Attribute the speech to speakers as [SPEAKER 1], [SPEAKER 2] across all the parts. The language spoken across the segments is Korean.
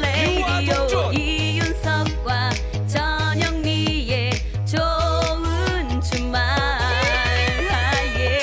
[SPEAKER 1] 네,
[SPEAKER 2] 레이디오
[SPEAKER 1] 유아동전.
[SPEAKER 2] 이윤석과 전영미의 좋은 주말 예.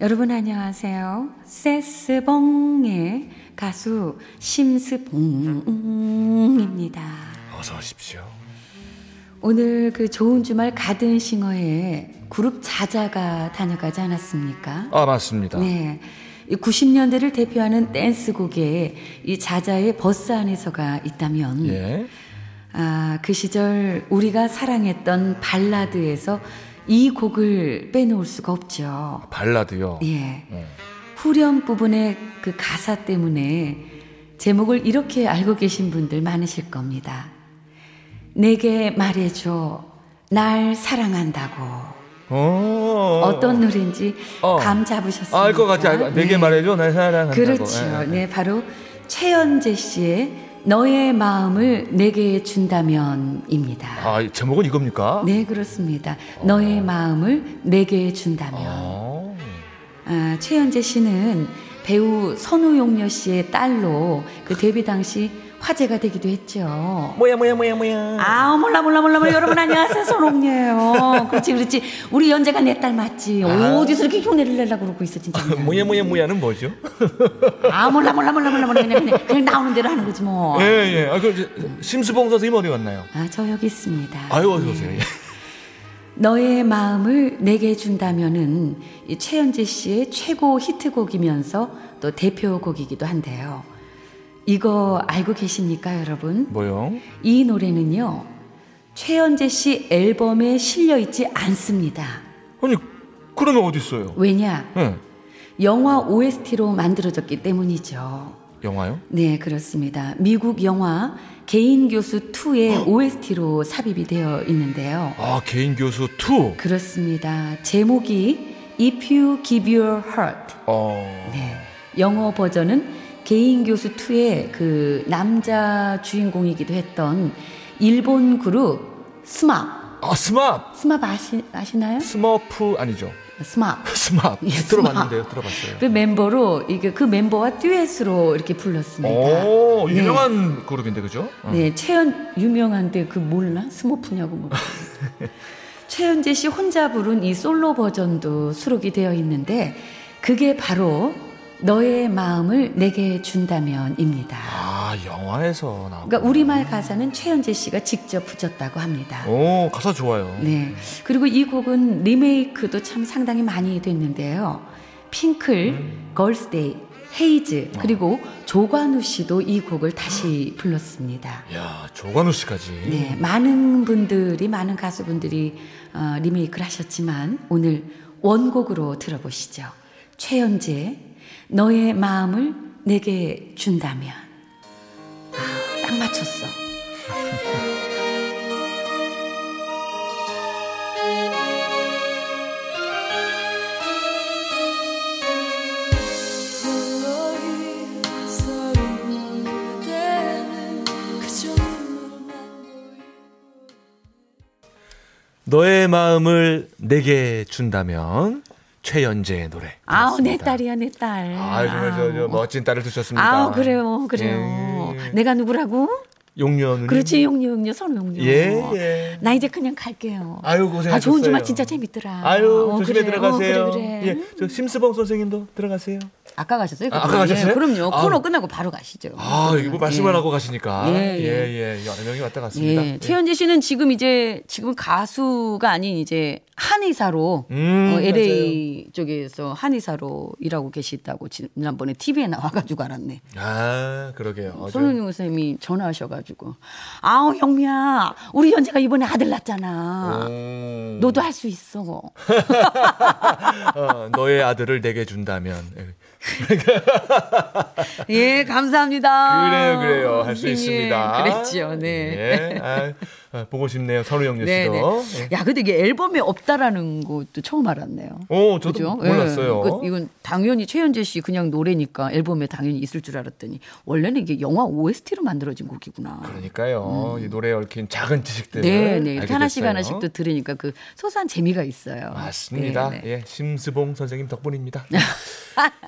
[SPEAKER 2] 여러분 어, 안녕하세요. 세스봉의 가수 심스봉입니다.
[SPEAKER 3] 어서 오십시오.
[SPEAKER 2] 오늘 그 좋은 주말 가든싱어에 그룹 자자가 다녀가지 않았습니까?
[SPEAKER 3] 아 맞습니다.
[SPEAKER 2] 네. 이 90년대를 대표하는 댄스곡에 이 자자의 버스 안에서가 있다면
[SPEAKER 3] 예.
[SPEAKER 2] 아, 그 시절 우리가 사랑했던 발라드에서 이 곡을 빼놓을 수가 없죠.
[SPEAKER 3] 발라드요.
[SPEAKER 2] 예.
[SPEAKER 3] 어.
[SPEAKER 2] 후렴 부분의 그 가사 때문에 제목을 이렇게 알고 계신 분들 많으실 겁니다. 내게 말해줘. 날 사랑한다고.
[SPEAKER 3] 어.
[SPEAKER 2] 어떤 노래인지
[SPEAKER 3] 어.
[SPEAKER 2] 감 잡으셨습니까?
[SPEAKER 3] 알것 같지? 알 것- 내게
[SPEAKER 2] 네.
[SPEAKER 3] 말해줘. 날 사랑한다고.
[SPEAKER 2] 그렇죠.
[SPEAKER 3] 예, 예.
[SPEAKER 2] 네, 바로 최연재 씨의 너의 마음을 내게 준다면입니다.
[SPEAKER 3] 아 어. 제목은 이겁니까?
[SPEAKER 2] 네, 그렇습니다. 너의 마음을 내게 준다면.
[SPEAKER 3] 아.
[SPEAKER 2] 아, 최현재 씨는 배우 선우용녀 씨의 딸로 그 데뷔 당시 화제가 되기도 했죠.
[SPEAKER 3] 뭐야 뭐야 뭐야 뭐야.
[SPEAKER 2] 아, 몰라, 몰라, 몰라, 몰라. 여러분, 안녕하세요. 선옥녀예요. 그렇지, 그렇지. 우리 연재가 내 딸 맞지.
[SPEAKER 3] 아.
[SPEAKER 2] 어디서 이렇게 흉내를 내려고 그러고 있어, 진짜. 그냥.
[SPEAKER 3] 뭐야 뭐야 뭐야는 뭐죠?
[SPEAKER 2] 아, 몰라, 몰라, 몰라, 몰라, 몰라. 그냥, 그냥, 그냥 나오는 대로 하는 거지, 뭐.
[SPEAKER 3] 예 예. 아 그 심수봉 선생님 어디 갔나요?
[SPEAKER 2] 아, 저 여기 있습니다.
[SPEAKER 3] 아유 어서 오세요. 예.
[SPEAKER 2] 너의 마음을 내게 준다면은 이 최현재 씨의 최고 히트곡이면서 또 대표곡이기도 한데요. 이거 알고 계십니까, 여러분?
[SPEAKER 3] 뭐요?
[SPEAKER 2] 이 노래는요. 최현재 씨 앨범에 실려 있지 않습니다.
[SPEAKER 3] 아니 그러면 어디 있어요?
[SPEAKER 2] 왜냐?
[SPEAKER 3] 예.
[SPEAKER 2] 영화 OST로 만들어졌기 때문이죠.
[SPEAKER 3] 영화요?
[SPEAKER 2] 네, 그렇습니다. 미국 영화 개인 교수
[SPEAKER 3] 어.
[SPEAKER 2] 2의 OST로 삽입이 되어 있는데요.
[SPEAKER 3] 아 개인 교수 2.
[SPEAKER 2] 그렇습니다. 제목이 If You Give Your Heart.
[SPEAKER 3] 어.
[SPEAKER 2] 네. 영어 버전은 개인 교수 2의 그 남자 주인공이기도 했던 일본 그룹 스마.
[SPEAKER 3] 아 스맙.
[SPEAKER 2] 스마 아시, 아시나요?
[SPEAKER 3] 스머프 아니죠?
[SPEAKER 2] 스마.
[SPEAKER 3] 스맙.
[SPEAKER 2] 예,
[SPEAKER 3] 들어봤는데요.
[SPEAKER 2] 스맙.
[SPEAKER 3] 들어봤어요.
[SPEAKER 2] 그 멤버로 이게 그 멤버와 듀엣으로 이렇게 불렀습니다.
[SPEAKER 3] 오
[SPEAKER 2] 네.
[SPEAKER 3] 유명한 그룹인데 그죠? 어. 응.
[SPEAKER 2] 네, 최연 유명한데 그 몰라? 스모프냐고 물어. 최연재 씨 혼자 부른 이 솔로 버전도 수록이 되어 있는데 그게 바로 너의 마음을 내게 준다면입니다.
[SPEAKER 3] 아 영화에서 나온.
[SPEAKER 2] 그러니까 우리말 가사는 최연재 씨가 직접 붙였다고 합니다.
[SPEAKER 3] 오 가사 좋아요.
[SPEAKER 2] 네. 그리고 이 곡은 리메이크도 참 상당히 많이 됐는데요. 핑클, 걸스데이, 헤이즈, 그리고 조관우 씨도 이 곡을 다시 불렀습니다.
[SPEAKER 3] 야 조관우 씨까지.
[SPEAKER 2] 네, 많은 분들이 많은 가수분들이 어, 리메이크를 하셨지만 오늘 원곡으로 들어보시죠. 최연재 너의 마음을 내게 준다면 아, 딱 맞췄어.
[SPEAKER 3] 너의 마음을 내게 준다면 최연재의 노래.
[SPEAKER 2] 아우 내
[SPEAKER 3] 들었습니다.
[SPEAKER 2] 딸이야 내 딸.
[SPEAKER 3] 아, 아유 저저 저, 멋진 딸을 두셨습니다.
[SPEAKER 2] 아우 그래요 그래요.
[SPEAKER 3] 뭐, 예, 예, 예.
[SPEAKER 2] 내가 누구라고?
[SPEAKER 3] 용녀 누님.
[SPEAKER 2] 그렇지 어. 용녀 용녀 선우 용녀.
[SPEAKER 3] 예, 예.
[SPEAKER 2] 나 이제 그냥 갈게요.
[SPEAKER 3] 아유 고생하셨어요.
[SPEAKER 2] 아, 좋은 주말 진짜 재밌더라.
[SPEAKER 3] 아유
[SPEAKER 2] 어,
[SPEAKER 3] 조심히
[SPEAKER 2] 그래.
[SPEAKER 3] 들어가세요.
[SPEAKER 2] 어, 그래, 그래.
[SPEAKER 3] 예, 저 심스봉 선생님도 들어가세요.
[SPEAKER 2] 아까 가셨어요?
[SPEAKER 3] 아, 아까
[SPEAKER 2] 그럼?
[SPEAKER 3] 가셨어요?
[SPEAKER 2] 예, 그럼요.
[SPEAKER 3] 아.
[SPEAKER 2] 코너 끝나고 바로 가시죠.
[SPEAKER 3] 아 이거 뭐 말씀만
[SPEAKER 2] 예.
[SPEAKER 3] 하고 가시니까
[SPEAKER 2] 예,
[SPEAKER 3] 예예
[SPEAKER 2] 예.
[SPEAKER 3] 여러 명이 왔다 갔습니다.
[SPEAKER 2] 예, 최현재 씨는 지금 이제 지금 가수가 아닌 이제 한의사로
[SPEAKER 3] 음,
[SPEAKER 2] 어, LA 쪽에서 한의사로 일하고 계시다고 지난번에 TV에 나와가지고 알았네.
[SPEAKER 3] 아 그러게요. 어, 저-
[SPEAKER 2] 손흥민 선생님이 전화하셔가지고 아우 형미야 우리 현재가 이번에 아들
[SPEAKER 3] 어,
[SPEAKER 2] 낳았잖아.
[SPEAKER 3] 오.
[SPEAKER 2] 너도 할 수 있어.
[SPEAKER 3] 어, 너의 아들을 내게 준다면 예.
[SPEAKER 2] 예, 감사합니다.
[SPEAKER 3] 그래요 그래요 할 수
[SPEAKER 2] 아, 선생님,
[SPEAKER 3] 있습니다.
[SPEAKER 2] 그랬죠, 네.
[SPEAKER 3] 예. 아, 아, 보고 싶네요 선우영녀
[SPEAKER 2] 네,
[SPEAKER 3] 씨도.
[SPEAKER 2] 네.
[SPEAKER 3] 예.
[SPEAKER 2] 야, 근데 이게 앨범에 없다라는 것도 처음 알았네요.
[SPEAKER 3] 오 어, 저도
[SPEAKER 2] 그죠?
[SPEAKER 3] 몰랐어요.
[SPEAKER 2] 예. 그, 이건 당연히 최현재 씨 그냥 노래니까 앨범에 당연히 있을 줄 알았더니 원래는 이게 영화 OST로 만들어진 곡이구나.
[SPEAKER 3] 그러니까요 이 노래에 얽힌 작은 지식들을
[SPEAKER 2] 음. 네, 네.
[SPEAKER 3] 알게
[SPEAKER 2] 이렇게 하나씩
[SPEAKER 3] 됐어요.
[SPEAKER 2] 하나씩 또 들으니까 그 소소한 재미가 있어요.
[SPEAKER 3] 맞습니다.
[SPEAKER 2] 네, 네.
[SPEAKER 3] 예, 심스봉 선생님 덕분입니다.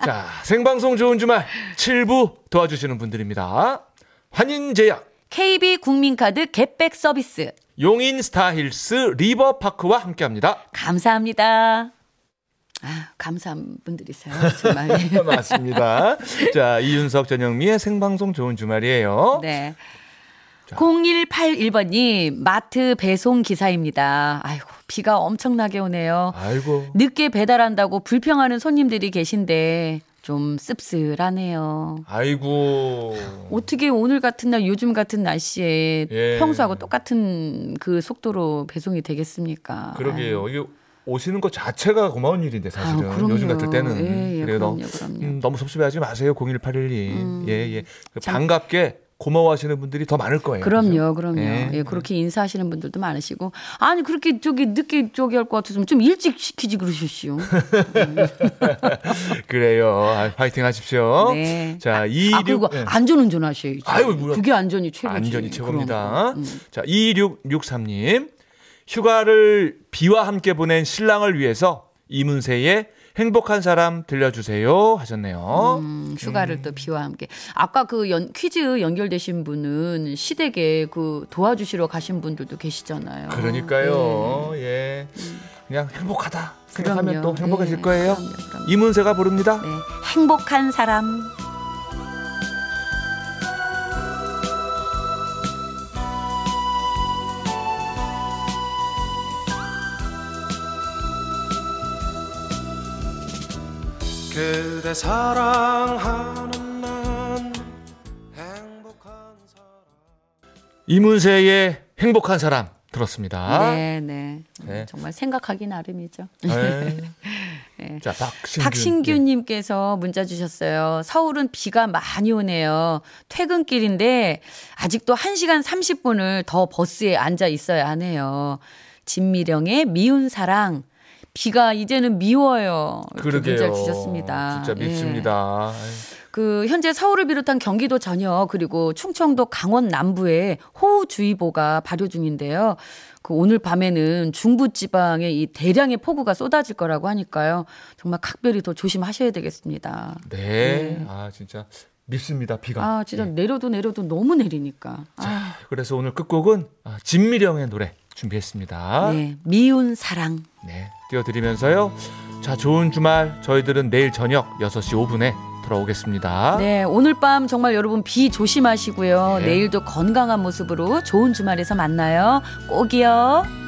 [SPEAKER 3] 자, 생방송 좋은 주말 7부 도와주시는 분들입니다. 환인제약,
[SPEAKER 2] KB 국민카드 겟백 서비스
[SPEAKER 3] 용인스타힐스 리버파크와 함께합니다.
[SPEAKER 2] 감사합니다. 아, 감사한 분들이세요. 정말.
[SPEAKER 3] 맞습니다. 자, 이윤석 전영미의 생방송 좋은 주말이에요.
[SPEAKER 2] 네. 0181번님, 마트 배송 기사입니다. 아이고, 비가 엄청나게 오네요.
[SPEAKER 3] 아이고.
[SPEAKER 2] 늦게 배달한다고 불평하는 손님들이 계신데, 좀 씁쓸하네요.
[SPEAKER 3] 아이고.
[SPEAKER 2] 어떻게 오늘 같은 날, 요즘 같은 날씨에
[SPEAKER 3] 예.
[SPEAKER 2] 평소하고 똑같은 그 속도로 배송이 되겠습니까?
[SPEAKER 3] 그러게요. 이게 오시는 것 자체가 고마운 일인데 사실은
[SPEAKER 2] 아유, 그럼요.
[SPEAKER 3] 요즘 같을 때는
[SPEAKER 2] 예, 예,
[SPEAKER 3] 그래요.
[SPEAKER 2] 그럼요,
[SPEAKER 3] 너무,
[SPEAKER 2] 그럼요.
[SPEAKER 3] 음, 너무 섭섭해하지 마세요. 01812.
[SPEAKER 2] 음.
[SPEAKER 3] 예, 예. 그 반갑게 고마워하시는 분들이 더 많을 거예요.
[SPEAKER 2] 그럼요, 그럼요.
[SPEAKER 3] 예.
[SPEAKER 2] 예, 그렇게 인사하시는 분들도 많으시고. 아니, 그렇게 저기 늦게 저기 할 것 같으면 좀 일찍 시키지 그러십시오.
[SPEAKER 3] 그래요. 아, 화이팅 하십시오.
[SPEAKER 2] 네.
[SPEAKER 3] 자, 이
[SPEAKER 2] 아, 그리고 안전운전 하셔야지.
[SPEAKER 3] 아유, 뭐야.
[SPEAKER 2] 그게 안전이 최고지. 음.
[SPEAKER 3] 안전이
[SPEAKER 2] 그럼.
[SPEAKER 3] 최고입니다. 자, 2663님. 휴가를 비와 함께 보낸 신랑을 위해서 이문세의 행복한 사람 들려주세요 하셨네요.
[SPEAKER 2] 음, 휴가를 또 비와 함께. 아까 그 연, 퀴즈 연결되신 분은 시댁에 그 도와주시러 가신 분들도 계시잖아요.
[SPEAKER 3] 그러니까 그러니까요. 예. 그냥 행복하다 생각하면
[SPEAKER 2] 아, 네. 그럼요.
[SPEAKER 3] 또 행복해질
[SPEAKER 2] 예,
[SPEAKER 3] 거예요.
[SPEAKER 2] 그럼요, 그럼요.
[SPEAKER 3] 이문세가 부릅니다.
[SPEAKER 2] 네. 행복한 사람.
[SPEAKER 4] 그대 사랑하는 난 행복한 사람
[SPEAKER 3] 이문세의 행복한 사람 들었습니다.
[SPEAKER 2] 네, 네,
[SPEAKER 3] 아. 네.
[SPEAKER 2] 정말 생각하기 나름이죠.
[SPEAKER 3] 네. 자, 박신규. 네.
[SPEAKER 2] 박신규님께서 문자 주셨어요. 서울은 비가 많이 오네요. 퇴근길인데 아직도 1시간 30분을 더 버스에 앉아 있어야 하네요. 진미령의 미운 사랑. 비가 이제는 미워요.
[SPEAKER 3] 네.
[SPEAKER 2] 이렇게
[SPEAKER 3] 그러게요.
[SPEAKER 2] 문자 주셨습니다.
[SPEAKER 3] 진짜
[SPEAKER 2] 예.
[SPEAKER 3] 밉습니다.
[SPEAKER 2] 그 현재 서울을 비롯한 경기도 전역 그리고 충청도 강원 남부에 호우주의보가 발효 중인데요. 그 오늘 밤에는 중부 지방에 이 대량의 폭우가 쏟아질 거라고 하니까요. 정말 각별히 더 조심하셔야 되겠습니다.
[SPEAKER 3] 네. 아, 진짜 밉습니다. 비가. 네.
[SPEAKER 2] 아, 진짜 내려도 내려도 너무 내리니까. 아,
[SPEAKER 3] 그래서 오늘 끝곡은 아, 진미령의 노래 준비했습니다. 네.
[SPEAKER 2] 네. 미운 사랑.
[SPEAKER 3] 띄워드리면서요. 자, 좋은 주말. 저희들은 내일 저녁 6시 5분에 돌아오겠습니다.
[SPEAKER 2] 네, 오늘 밤 정말 여러분 비 조심하시고요.
[SPEAKER 3] 네.
[SPEAKER 2] 내일도 건강한 모습으로 좋은 주말에서 만나요. 꼭이요.